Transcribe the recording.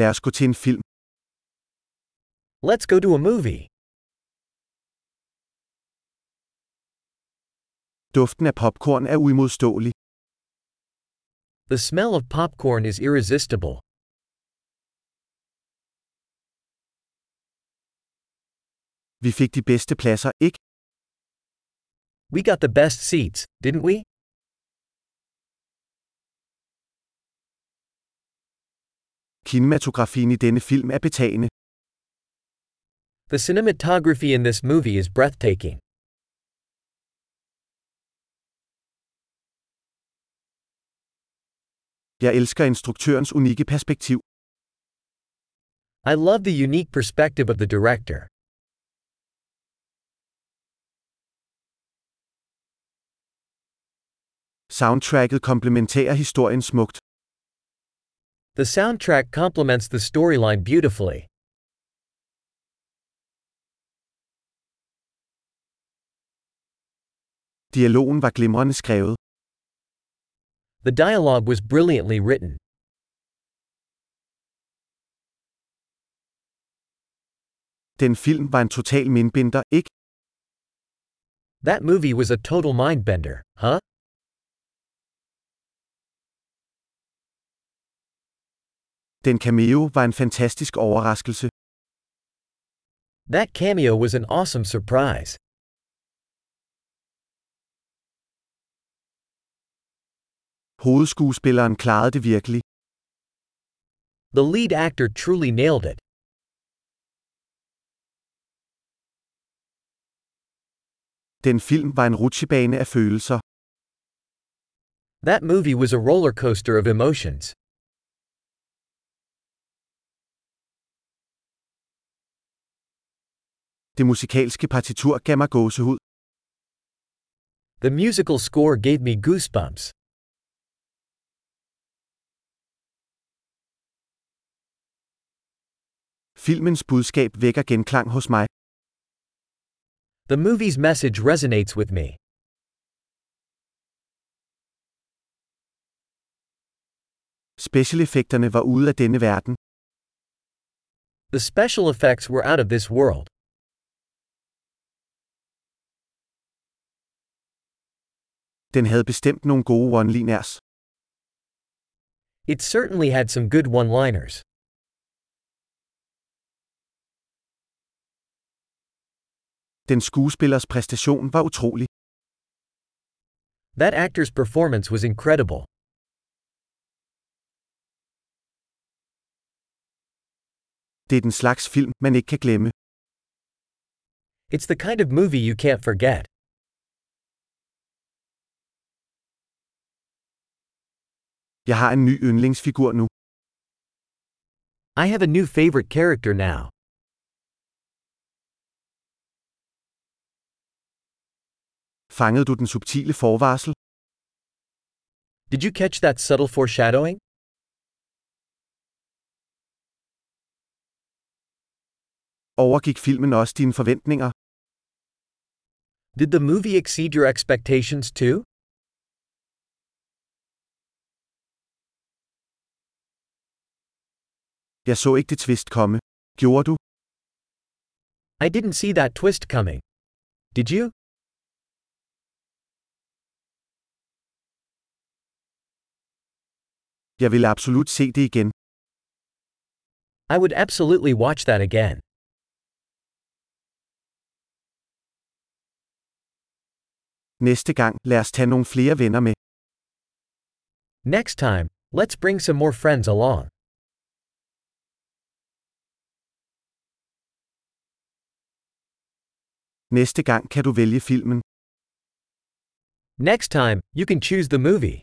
Lad os gå til en film. Let's go to a movie. Duften af popcorn er uimodståelig. The smell of popcorn is irresistible. Vi fik de bedste pladser, ikke? We got the best seats, didn't we? Kinematografien i denne film er betagende. The cinematography in this movie is breathtaking. Jeg elsker instruktørens unikke perspektiv. I love the unique perspective of the director. Soundtracket komplementerer historien smukt. The soundtrack complements the storyline beautifully. Dialogen var glimrende skrevet. The dialogue was brilliantly written. Den film var en total mindbinder, ikke? That movie was a total mindbender, huh? Den cameo var en fantastisk overraskelse. That cameo was an awesome surprise. Hovedskuespilleren klarede det virkelig. The lead actor truly nailed it. Den film var en rutsjebane af følelser. That movie was a roller coaster of emotions. Det musikalske partitur gav mig gåsehud. The musical score gave me goosebumps. Filmens budskab vækker genklang hos mig. The movie's message resonates with me. Specialeffekterne var ude af denne verden. The special effects were out of this world. Den havde bestemt nogle gode one-liners. It certainly had some good one liners. Den skuespillers præstation var utrolig. That actor's performance was incredible. Det er den slags film, man ikke kan glemme. It's the kind of movie you can't forget. Jeg har en ny yndlingsfigur nu. I have a new favorite character now. Fangede du den subtile forvarsel? Did you catch that subtle foreshadowing? Overgik filmen også dine forventninger? Did the movie exceed your expectations too? Jeg så ikke det twist komme. Gjorde du? I didn't see that twist coming. Did you? Jeg ville absolut se det igen. I would absolutely watch that again. Næste gang, lad os tage nogle flere venner med. Next time, let's bring some more friends along. Næste gang kan du vælge filmen. Next time, you can choose the movie.